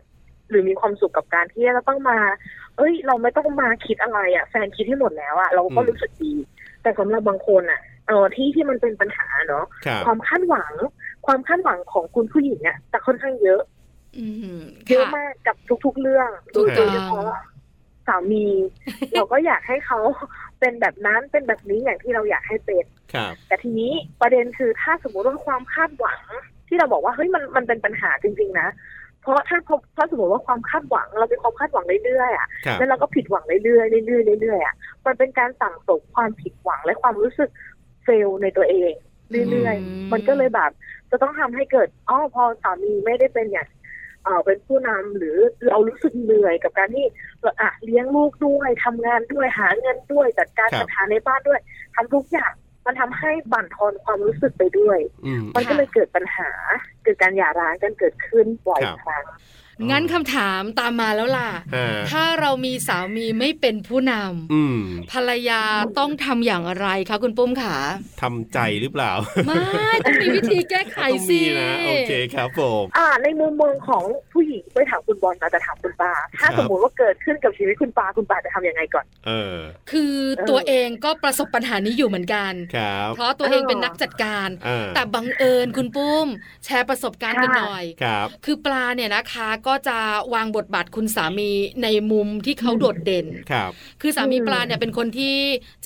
Speaker 5: หรือมีความสุขกับการที่เราต้องมา เอ้ย เราไม่ต้องมาคิดอะไรอะแฟนคิดให้หมดแล้วอะเราก็
Speaker 2: อืม
Speaker 5: รู้สึกดี แต่สำหรับบางคนอะเออที่ที่มันเป็นปัญหาเนาะ
Speaker 2: ครับ
Speaker 5: ความคาดหวัง ความคาดหวังของคุณผู้หญิงอะจะค่อนข้างเยอะ
Speaker 1: อืม
Speaker 5: เยอะ
Speaker 1: ค่ะ
Speaker 5: มากกับทุกๆเรื่อง
Speaker 1: ถูกต้อง
Speaker 5: โดยเฉพาะสามี เราก็อยากให้เขาเป็นแบบนั้นเป็นแบบนี้อย่างที่เราอยากให้เป็น
Speaker 2: ครับ
Speaker 5: แต่ทีนี้ประเด็นคือถ้าสมมติว่าความคาดหวัง ที่เราบอกว่าเฮ้ยมันมันเป็นปัญหาจริงๆนะ เพราะถ้าพบถ้าสมมติว่าความคาดหวัง เรามีความคาดหวังเรื่อยๆอ่ะ
Speaker 2: ครับ
Speaker 5: แล้วเราก็ผิดหวังเรื่อยๆเรื่อยๆเรื่อยๆอ่ะมันเป็นการสั่งสมความผิดหวังและความรู้สึกเฟลในตัวเอง เรื่อย
Speaker 1: อืม
Speaker 5: ๆ มันก็เลยแบบ จะต้องทำให้เกิดอ้อพอสามีไม่ได้เป็นอย่างเออเป็นผู้นำหรือเรารู้สึกเหนื่อยกับการที่เราอะเลี้ยงลูกด้วยทำงานด้วยหาเงินด้วยจัดการ
Speaker 2: ครับ
Speaker 5: ปัญหาในบ้านด้วยทำทุกอย่าง มันทำให้บั่นทอนความรู้สึกไปด้วย
Speaker 2: อืม
Speaker 5: มันก็เลยเกิดปัญหา เกิดการหย่าร้างกันเกิดขึ้นบ่อย
Speaker 2: ครับ
Speaker 5: ครั้ง
Speaker 1: งั้นคำถามตามมาแล้วล่ะ
Speaker 2: ฮะ
Speaker 1: ถ้าเรามีสามีไม่เป็นผู้นำ
Speaker 2: อืม
Speaker 1: ภรรยาต้องทำอย่างไรคะคุณปุ้มขา
Speaker 2: ทำใจหรือเปล่า
Speaker 1: ไม่ต้องมีวิธีแก้ไข
Speaker 2: ต้องมี
Speaker 1: สิ
Speaker 2: นะ โอเคครับผม
Speaker 5: อ่า ในมุมมองของผู้หญิงไปถามคุณบอลนะแต่ถามคุณปาถ้า
Speaker 2: ครับ
Speaker 5: สมมติว่าเกิดขึ้นกับชีวิตคุณปาคุณปาจะทำยังไงก่อน
Speaker 2: เออ
Speaker 1: คือ
Speaker 5: เออ
Speaker 1: ตัวเองก็ประสบปัญหานี้อยู่เหมือนกัน
Speaker 2: ครับ
Speaker 1: เพราะตัวเองเป็นนักจัดการ
Speaker 2: อ่า
Speaker 1: แต่บังเอิญคุณปุ้ม แชร์ประสบการณ์กันหน่อย
Speaker 2: ครับ
Speaker 1: คือปลาเนี่ยนะคะก็จะวางบทบาทคุณสามีในมุมที่เขาโดดเด่น
Speaker 2: ครับ
Speaker 1: คือสามีปลาเนี่ยเป็นคนที่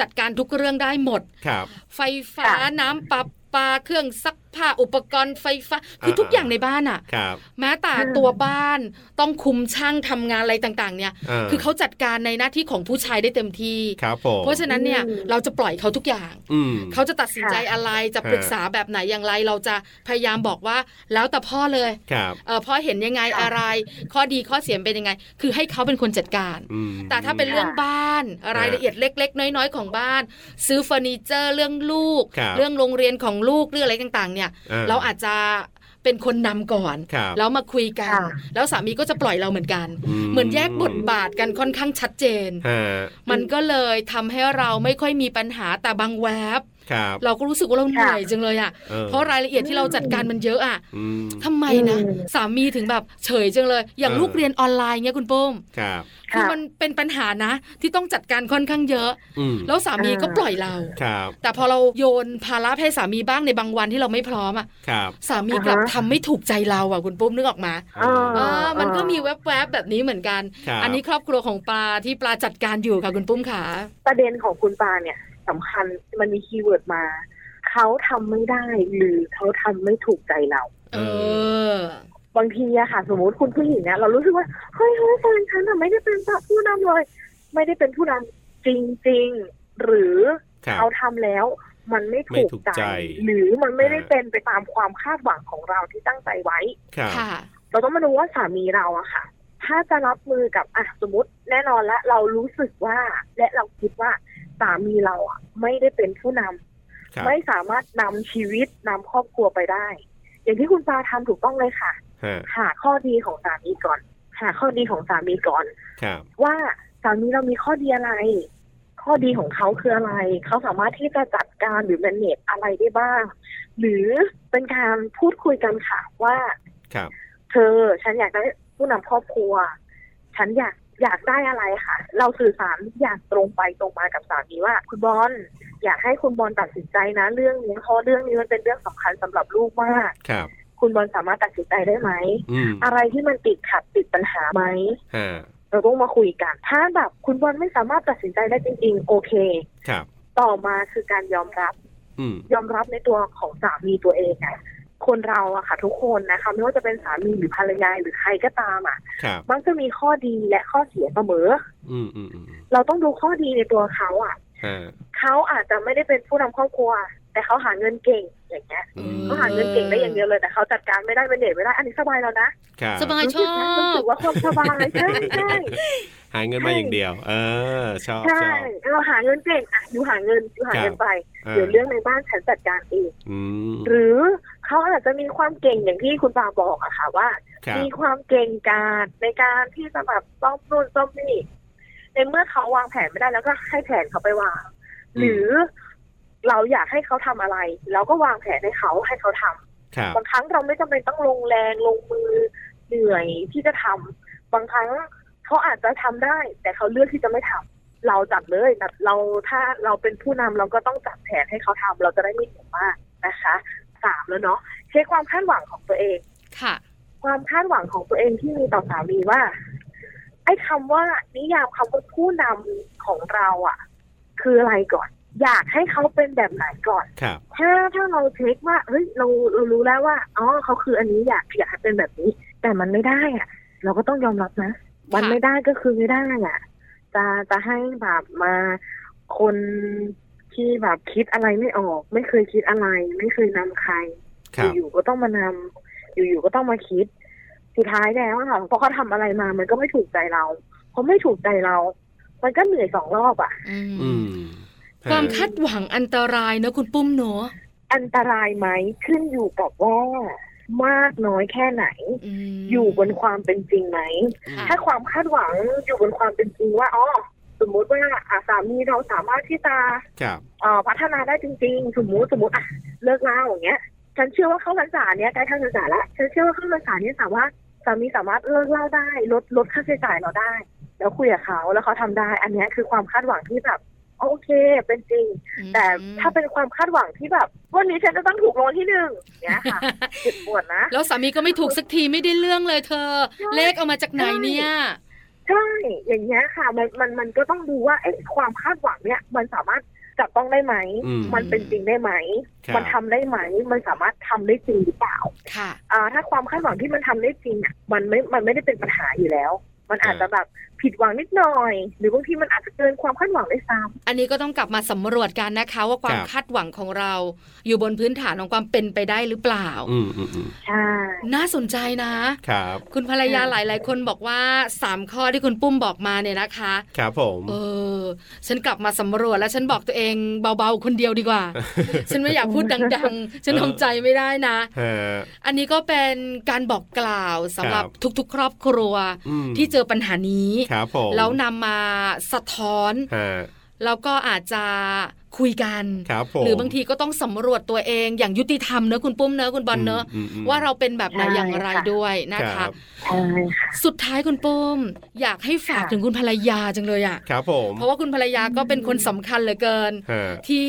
Speaker 1: จัดการทุกเรื่องได้หมด
Speaker 2: ครับ
Speaker 1: ไฟฟ้า
Speaker 5: ค่ะ
Speaker 1: น้ำปลาปลาเครื่องซักผ้าอุปกรณ์ไฟฟ้า คือทุกอย่างในบ้านอะ
Speaker 2: ครับ
Speaker 1: แม้แต่ตัวบ้านต้องคุมช่างทำงานอะไรต่างๆ เนี่ย
Speaker 2: อ่า
Speaker 1: คือเขาจัดการในหน้าที่ของผู้ชายได้เต็มที่
Speaker 2: ครับผม
Speaker 1: เพราะฉะนั้นเนี่ย
Speaker 5: อืม
Speaker 1: เราจะปล่อยเขาทุกอย่าง
Speaker 2: อืม
Speaker 1: เขาจะตัดสินใจอะไรจะปรึกษาแบบไหนอย่างไร เราจะพยายามบอกว่า แล้วแต่พ่อเลย
Speaker 2: ครับ
Speaker 1: เออพ่อเห็นยังไงอะไร ข้อดีข้อเสียเป็นยังไง คือให้เขาเป็นคนจัดการ
Speaker 2: อืม
Speaker 1: แต่ถ้าเป็นเรื่องบ้านรายละเอียดเล็ก ๆ น้อย ๆ ของบ้าน ซื้อเฟอร์นิเจอร์เรื่องลูก
Speaker 2: ครับ
Speaker 1: เรื่องโรงเรียนของลูกเรื่องอะไรต่างๆ เนี่ย เราอาจจะเป็นคนนำก่อน
Speaker 2: ครับ
Speaker 1: แล้วมาคุยกัน
Speaker 5: ค่ะ
Speaker 1: แล้วสามีก็จะปล่อยเราเหมือนกัน
Speaker 2: อืม
Speaker 1: เหมือนแยกบทบาทกันค่อนข้างชัดเจน
Speaker 2: ฮะ
Speaker 1: มันก็เลยทำให้เราไม่ค่อยมีปัญหาแต่บางแวบ
Speaker 2: ครับ
Speaker 1: เราก็รู้สึกว่าเราเหนื่อย
Speaker 5: ค่ะ
Speaker 1: จังเลยอ่ะ
Speaker 2: ออ
Speaker 1: เพราะรายละเอียดที่เราจัดการมันเยอะอ่ะ
Speaker 2: อืม
Speaker 1: ทำไมนะ
Speaker 5: อืม
Speaker 1: สามีถึงแบบเฉยจังเลย อย่าง
Speaker 2: เออ
Speaker 1: ลูกเรียนออนไลน์เงี้ยคุณปุ้ม
Speaker 2: ครับ
Speaker 1: คือมันเป็นปัญหานะ ที่ต้องจัดการค่อนข้างเยอะ
Speaker 2: อืม
Speaker 1: แล้วสามีก็ปล่อยเรา
Speaker 2: ครับ
Speaker 1: แต่พอเราโยนภาระให้สามีบ้างในบางวันที่เราไม่พร้อมอ่ะ
Speaker 2: ครับ
Speaker 1: สามีกลับทำไม่ถูกใจเราอ่ะคุณปุ้มนึกออกมา
Speaker 5: อ่า
Speaker 1: เออมันก็มีแวบๆแบบนี้เหมือนกัน
Speaker 2: ครับ
Speaker 1: อันนี้ครอบครัวของปลาที่ปลาจัดการอยู่ค่ะคุณปุ้มขา
Speaker 5: ประเด็นของคุณปาเนี่ยสำคัญมันมีคีย์เวิร์ดมา เขาทำไม่ได้หรือเขาทำไม่ถูกใจเรา
Speaker 1: เออ
Speaker 5: บางทีอะค่ะ สมมติคุณผู้หญิงเนี่ยเรารู้สึกว่าเฮ้ยเฮ้ยแฟนฉันอะไม่ได้เป็นผู้นำเลย ไม่ได้เป็นผู้นำจริง ๆ หรือ
Speaker 2: ครับ
Speaker 5: เขาทำแล้ว มันไม่
Speaker 2: ไม่
Speaker 5: ถู
Speaker 2: ถู
Speaker 5: ก
Speaker 2: ก
Speaker 5: ใจ
Speaker 2: ใจ
Speaker 5: หรือมันไม่ได้เป็นไปตามความคาดหวังของเราที่ตั้งใจไว้
Speaker 2: ครับ
Speaker 1: ค่ะ
Speaker 5: เราต้องมาดูว่าสามีเราอะค่ะ ถ้าจะรับมือกับอะสมมติแน่นอนละเรารู้สึกว่า และเราคิดว่าสามีเราอะไม่ได้เป็นผู้นำ
Speaker 2: ครับ
Speaker 5: ไม่สามารถนำชีวิตนำครอบครัวไปได้ อย่างที่คุณปาทำถูกต้องเลยค่ะ
Speaker 2: ฮะ
Speaker 5: หาข้อดีของสามีก่อน หาข้อดีของสามีก่อน
Speaker 2: ครับ
Speaker 5: ว่าสามีเรามีข้อดีอะไร ข้อดีของเขาคืออะไร เขาสามารถที่จะจัดการหรือแมเนจอะไรได้บ้าง หรือเป็นการพูดคุยกันค่ะว่า
Speaker 2: ครับ
Speaker 5: เธอฉันอยากได้ผู้นำครอบครัว ฉันอยากอยากได้อะไรค่ะ เราสื่อสารอย่างตรงไปตรงมากับสามีว่า คุณบอลอยากให้คุณบอลตัดสินใจนะ เรื่องนี้เพราะเรื่องนี้มันเป็นเรื่องสำคัญสำหรับลูกมาก
Speaker 2: ครับ
Speaker 5: คุณบอลสามารถตัดสินใจได้ไหม
Speaker 2: อืม
Speaker 5: อะไรที่มันติดขัดติดปัญหาไหม
Speaker 2: ฮะ
Speaker 5: เราต้องมาคุยกัน ถ้าแบบคุณบอลไม่สามารถตัดสินใจได้จริงๆ โอเค
Speaker 2: ครับ
Speaker 5: ต่อมาคือการยอมรับ
Speaker 2: อืม
Speaker 5: ยอมรับในตัวของสามีตัวเองอะคนเราอะค่ะ ทุกคนนะคะไม่ว่าจะเป็นสามีหรือภรรยาหรือใครก็ตามอะ
Speaker 2: ครับ
Speaker 5: มักจะมีข้อดีและข้อเสียเสมอ
Speaker 2: อืมอืมอืมอืม
Speaker 5: เราต้องดูข้อดีในตัวเขาอะ
Speaker 2: ฮะ
Speaker 5: เขาอาจจะไม่ได้เป็นผู้นำครอบครัว แต่เขาหาเงินเก่งอย่างเงี้ย
Speaker 2: อืม
Speaker 5: เขาหาเงินเก่งได้อย่างเดียวเลยแต่เขาจัดการไม่ได้เป็นเด็ไม่ได้อันนี้สบายแล้วนะครับ
Speaker 1: สบาย
Speaker 5: รู้
Speaker 1: ช
Speaker 5: สึ
Speaker 1: อก
Speaker 5: นะรู้สึ
Speaker 1: บ
Speaker 5: กว่าความสบายใช่ใช่
Speaker 2: หาเงินมาอย่างเดียว เออ *laughs* ชอบ
Speaker 5: ใช่
Speaker 2: ชอบ
Speaker 5: เราหาเงินเก่งอ่ะอยู่หาเงินอยู่หาเงินไป เดี๋ยวเรื่องในบ้านฉันจัดการเอง
Speaker 2: อืม
Speaker 5: หรือเขาอาจจะมีความเก่งอย่างที่คุณปาบอกอะค่ะว่า
Speaker 2: ครับ
Speaker 5: มีความเก่งกาจในการที่จะแบบซ่อมนู่นซ่อมนี่ในเมื่อเขาวางแผนไม่ได้แล้วก็ให้แผนเขาไปวาง
Speaker 2: อืม
Speaker 5: หรือเราอยากให้เขาทำอะไรเราก็วางแผนให้เขาให้เขาทำ
Speaker 2: ครับ
Speaker 5: บางครั้งเราไม่จำเป็นต้องลงแรงลงมือเหนื่อยที่จะทำบางครั้งเขาอาจจะทำได้ แต่เขาเลือกที่จะไม่ทำเราจัดเลยแบบเราถ้าเราเป็นผู้นำเราก็ต้องจัดแผนให้เขาทำเราจะได้ไม่เหนื่อยมากนะคะสามแล้วเนาะเช็คความคาดหวังของตัวเอง
Speaker 1: ค่ะ
Speaker 5: ความคาดหวังของตัวเองที่มีต่อสามีว่า ไอ้คำว่านิยามคำว่าผู้นำของเราอะ่ะ คืออะไรก่อน อยากให้เขาเป็นแบบไหนก่อน
Speaker 2: ครับ
Speaker 5: ถ้าถ้าเราเช็คว่าเฮ้ยเราเรารู้แล้วว่าอ๋อเขาคืออันนี้อยากอยากให้เป็นแบบนี้ แต่มันไม่ได้อะ่ะ เราก็ต้องยอมรับนะ มัน
Speaker 1: ค่ะ
Speaker 5: ไม่ได้ก็คือไม่ได้อ่ะจะจะให้แบบมาคนที่แบบคิดอะไรไม่ออก ไม่เคยคิดอะไร ไม่เคยนำใคร
Speaker 2: ครับ
Speaker 5: อยู่ๆก็ต้องมานำอยู่ๆก็ต้องมาคิด สุดท้ายแล้วอะค่ะพอเขาทำอะไรมา มันก็ไม่ถูกใจเราพอไม่ถูกใจเรา มันก็เหนื่อยสองรอบอะ
Speaker 1: อืม
Speaker 2: อืม
Speaker 1: ความ
Speaker 2: ฮะ
Speaker 1: คาดหวังอันตรายนะคุณปุ้มเนอะ
Speaker 5: อันตรายไหมขึ้นอยู่กับว่า มากน้อยแค่ไหน
Speaker 1: ม
Speaker 5: อยู่บนความเป็นจริงไหม
Speaker 2: อืม
Speaker 1: ค่ะ
Speaker 5: ถ้าความคาดหวังอยู่บนความเป็นจริงว่าอ๋อสมมุติว่าอาสามีเราสามารถที่จะ
Speaker 2: ครับ
Speaker 5: เอ่อพัฒนาได้จริงๆ สมมติสมมติอ่ะเลิกเล่าอย่างเงี้ย ฉันเชื่อว่าเข้าพรรษาเนี้ยใกล้เข้าพรรษาละฉันเชื่อว่าเข้าพรรษาเนี้ยสามารถสามีสามารถเลิกเล่าได้ลดลดค่าใช้จ่ายเราได้ แล้วคุยกับเขาแล้วเขาทำได้ อันเนี้ยคือความคาดหวังที่แบบโอเค เป็นจริง
Speaker 1: อืม
Speaker 5: แต่ถ้าเป็นความคาดหวังที่แบบ วันนี้ฉันจะต้องถูกรางวัลที่หนึ่งเนี้ยค่ะเจ็บปวดนะ
Speaker 1: *laughs* แล้วสามีก็ไม่ถูกสักทีไม่ได้เรื่องเลยเธอ
Speaker 5: ใช่
Speaker 1: เลขเอามาจากไหนเนี่ย
Speaker 5: ใช่ อย่างเงี้ยค่ะ มันมันมันก็ต้องดูว่าเอ๊ะความคาดหวังเนี้ยมันสามารถจับต้องได้ไหม
Speaker 2: อืม
Speaker 5: มันเป็นจริงได้ไหม
Speaker 2: ครับ
Speaker 5: มันทำได้ไหม มันสามารถทำได้จริงหรือเปล่า
Speaker 1: ค่ะ
Speaker 5: อ่าถ้าความคาดหวังที่มันทำได้จริงอ่ะมันไม่ มันไม่ได้เป็นปัญหาอยู่แล้ว มันอาจจะแบบผิดหวังนิดหน่อย หรือบางทีมันอาจจะเกินความคาดหวังด้วยซ้
Speaker 1: อันนี้ก็ต้องกลับมาสำรวจกันนะคะ ว่าความ
Speaker 2: ครับ
Speaker 1: คาดหวังของเรา อยู่บนพื้นฐานของความเป็นไปได้หรือเปล่า
Speaker 2: อืมอืมอืม
Speaker 5: ำใช่
Speaker 1: น่าสนใจนะ
Speaker 2: ครับ
Speaker 1: คุณภรรยา
Speaker 5: ค่ะ
Speaker 1: หลาย ๆ คนบอกว่า 3 ข้อที่คุณปุ้มบอกมาเนี่ยนะคะ
Speaker 2: ครับผม
Speaker 1: เออ ฉันกลับมาสำรวจแล้วฉันบอกตัวเองเบา ๆ คนเดียวดีกว่า ฉันไม่อยากพูดดัง ๆ ฉันทำใจไม่ได้นะ
Speaker 2: ฮะ
Speaker 1: อันนี้ก็เป็นการบอกกล่าวสำหรับ
Speaker 2: ครับ
Speaker 1: ทุก ๆ ครอบครัว
Speaker 2: อืม
Speaker 1: ที่เจอปัญหานี้
Speaker 2: ครับผม
Speaker 1: แล้วนำมาสะท้อน
Speaker 2: ฮะ
Speaker 1: แล้วก็อาจจะคุยกัน
Speaker 2: ครับผม
Speaker 1: หรือบางทีก็ต้องสำรวจตัวเองอย่างยุติธรรมเนอะคุณปุ้มเนอะคุณบอลเนอะ
Speaker 2: มมอืม
Speaker 1: ว่าเราเป็นแบบไหน
Speaker 5: ใช่
Speaker 1: อย่างไร
Speaker 5: ค่ะ
Speaker 1: ด้วยนะ
Speaker 2: ค
Speaker 1: คะ
Speaker 2: รับ
Speaker 5: ใช่ค่ะ
Speaker 1: สุดท้ายคุณปุ้ม อยากให้ฝาก
Speaker 5: ค่ะ
Speaker 1: ถึงคุณภรรยาจังเลยอ่ะ
Speaker 2: ครับผม
Speaker 1: เพราะว่าคุณภรรยาก็เป็นคนสำคัญเหลือเกิน
Speaker 2: ฮะ
Speaker 1: ที่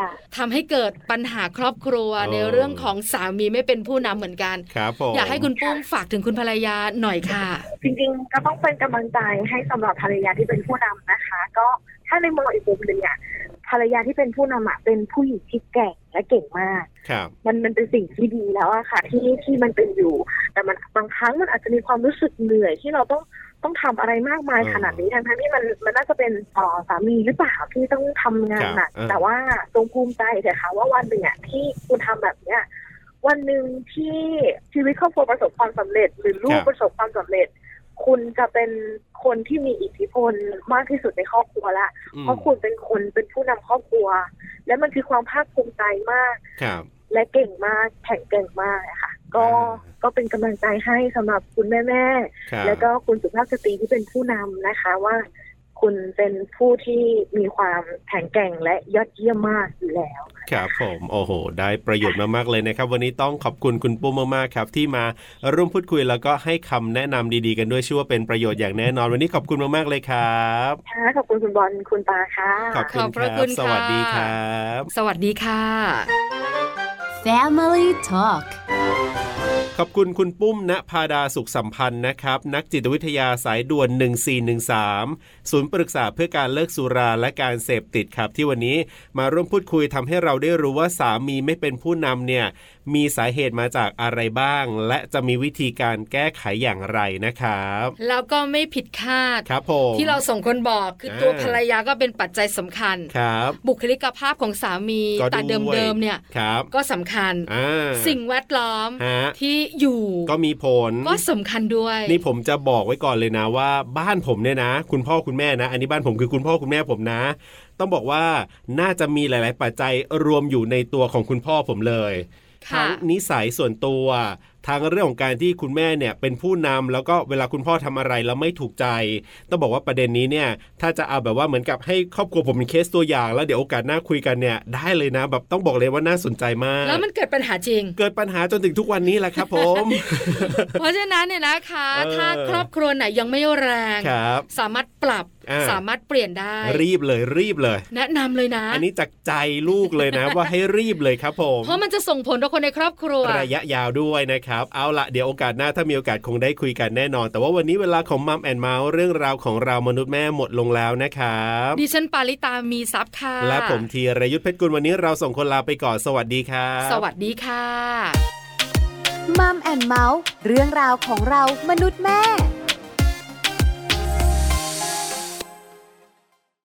Speaker 5: ค่ะ
Speaker 1: ทำให้เกิดปัญหาครอบครัว
Speaker 2: เออ
Speaker 1: ในเรื่องของสามีไม่เป็นผู้นำเหมือนกัน
Speaker 2: ครับผม
Speaker 1: อยากให้คุณปุ้มฝากถึงคุณภรรยาหน่อยค่ะ
Speaker 5: จริงๆ ก็ต้องเป็นกำลังใจให้สำหรับภรรยาที่เป็นผู้นำนะคะ ก็ถ้าในมองอีกมุมหนึ่งอ่ะภรรยาที่เป็นผู้นำอ่ะเป็นผู้หญิงที่แกร่งและเก่งมาก
Speaker 2: ครับ
Speaker 5: มันมันเป็นสิ่งที่ดีแล้วอะค่ะ ที่ที่มันเป็นอยู่ แต่มันบางครั้งมันอาจจะมีความรู้สึกเหนื่อยที่เราต้องต้องทำอะไรมากมาย
Speaker 2: เออ
Speaker 5: ขนาดนี้ทั้งๆที่มันมันน่าจะเป็นต่อสามีหรือเปล่าที่ต้องทำงานหนัก
Speaker 2: ครับเออ
Speaker 5: แต่ว่าจงภูมิใจเถอะค่ะว่าวันหนึ่งอะที่คุณทำแบบเนี้ยวันหนึ่งที่ชีวิตครอบครัวประสบความสำเร็จ หรือลูกประสบความสำเร็จ คุณจะเป็นคนที่มีอิทธิพลมากที่สุดในครอบครัวละ
Speaker 2: อืม
Speaker 5: เพราะคุณเป็นคนเป็นผู้นำครอบครัว และมันคือความภาคภูมิใจมาก
Speaker 2: ครับ
Speaker 5: และเก่งมากแข็งเก่งมากอะค่ะ ก็ ก็เป็นกำลังใจให้สำหรับคุณแม่แม่ๆ
Speaker 2: ครับ
Speaker 5: แล้วก็คุณสุภาพสตรีที่เป็นผู้นำนะคะว่า คุณเป็นผู้ที่มีความแข็งแกร่งและยอดเยี่ยมมากอยู่แล้ว
Speaker 2: ครับผมโอ้โห ได้ประโยชน์มากๆเลยนะครับ วันนี้ต้องขอบคุณคุณปุ้มมากๆครับ ที่มาร่วมพูดคุยแล้วก็ให้คำแนะนำดีๆกันด้วยเชื่อว่าเป็นประโยชน์อย่างแน่นอน วันนี้ขอบคุณมากๆเลยครับ
Speaker 5: ค่ะ ขอบคุณคุณบอลคุณปาค่ะ
Speaker 2: ขอบคุ
Speaker 1: ข
Speaker 2: ณ
Speaker 1: อบ
Speaker 2: ค
Speaker 1: พ
Speaker 2: รั
Speaker 1: ระ
Speaker 2: บ
Speaker 1: คุณ
Speaker 2: ส
Speaker 1: ค่ะ
Speaker 2: วัสดีครับ
Speaker 1: สวัสดีค่ะ
Speaker 4: Family Talk
Speaker 2: ขอบคุณคุณปุ้มณภาดาสุขสัมพันธ์นะครับ นักจิตวิทยาสายด่วน 1413 ศูนย์ปรึกษาเพื่อการเลิกสุราและการเสพติดครับ ที่วันนี้มาร่วมพูดคุยทำให้เราได้รู้ว่าสามีไม่เป็นผู้นำเนี่ยมีสาเหตุมาจากอะไรบ้าง และจะมีวิธีการแก้ไขอย่างไรนะครับ
Speaker 1: แล้วก็ไม่ผิดคาด
Speaker 2: ครับผม
Speaker 1: ที่เราส่งคนบอกคือ
Speaker 2: เออ
Speaker 1: ตัวภรรยาก็เป็นปัจจัยสำคัญ
Speaker 2: ครับ
Speaker 1: บุคลิกภาพของสามี
Speaker 2: ก็
Speaker 1: แต่
Speaker 2: วย
Speaker 1: เดิมๆเนี่ย
Speaker 2: ครับ
Speaker 1: ก็สำคัญ
Speaker 2: อ่า
Speaker 1: สิ่งแวดล้อม
Speaker 2: ฮะ
Speaker 1: ที่อยู่
Speaker 2: ก็มีผล
Speaker 1: ก็สำคัญด้วย
Speaker 2: นี่ผมจะบอกไว้ก่อนเลยนะว่าบ้านผมเนี่ยนะ คุณพ่อคุณแม่นะ อันนี้บ้านผมคือคุณพ่อคุณแม่ผมนะ ต้องบอกว่าน่าจะมีหลาย ๆ ปัจจัยรวมอยู่ในตัวของคุณพ่อผมเลย
Speaker 1: ค่ะ
Speaker 2: ทั้งนิสัยส่วนตัวทางเรื่องของการที่คุณแม่เนี่ยเป็นผู้นำแล้วก็เวลาคุณพ่อทำอะไรแล้วไม่ถูกใจ ต้องบอกว่าประเด็นนี้เนี่ย ถ้าจะเอาแบบว่าเหมือนกับให้ครอบครัวผมเป็นเคสตัวอย่าง แล้วเดี๋ยวโอกาสหน้าคุยกันเนี่ยได้เลยนะ แบบต้องบอกเลยว่าน่าสนใจมาก
Speaker 1: แล้วมันเกิดปัญหาจริง
Speaker 2: เกิดปัญหาจนถึงทุกวันนี้แหละครับผม
Speaker 1: เพราะฉะนั้นเนี่ยนะคะ
Speaker 2: เออ
Speaker 1: ถ้าครอบครัวไหนยังไม่แรง
Speaker 2: ครับ
Speaker 1: สามารถปรับ
Speaker 2: อ่า
Speaker 1: สามารถเปลี่ยนได้
Speaker 2: รีบเลยรีบเลย
Speaker 1: แนะนำเลยนะ
Speaker 2: อันนี้จากใจลูกเลยนะ
Speaker 1: *laughs*
Speaker 2: ว่าให้รีบเลยครับผม
Speaker 1: เพราะมันจะส่งผลต่อคนในครอบครัว
Speaker 2: ระยะยาวด้วยนะครับ เอาละเดี๋ยวโอกาสหน้าถ้ามีโอกาสคงได้คุยกันแน่นอน แต่ว่าวันนี้เวลาของมัมแอนเมาส์เรื่องราวของเรามนุษย์แม่หมดลงแล้วนะครับ
Speaker 1: ดิฉันปาริตามีซับค่ะ
Speaker 2: และผมธีรยุทธเพชรกุลวันนี้เราส่งคนลาไปก่อนสวัสดีครับ
Speaker 1: สวัสดีค่ะ
Speaker 4: มัมแอนเมาส์เรื่องราวของเรามนุษย์แม่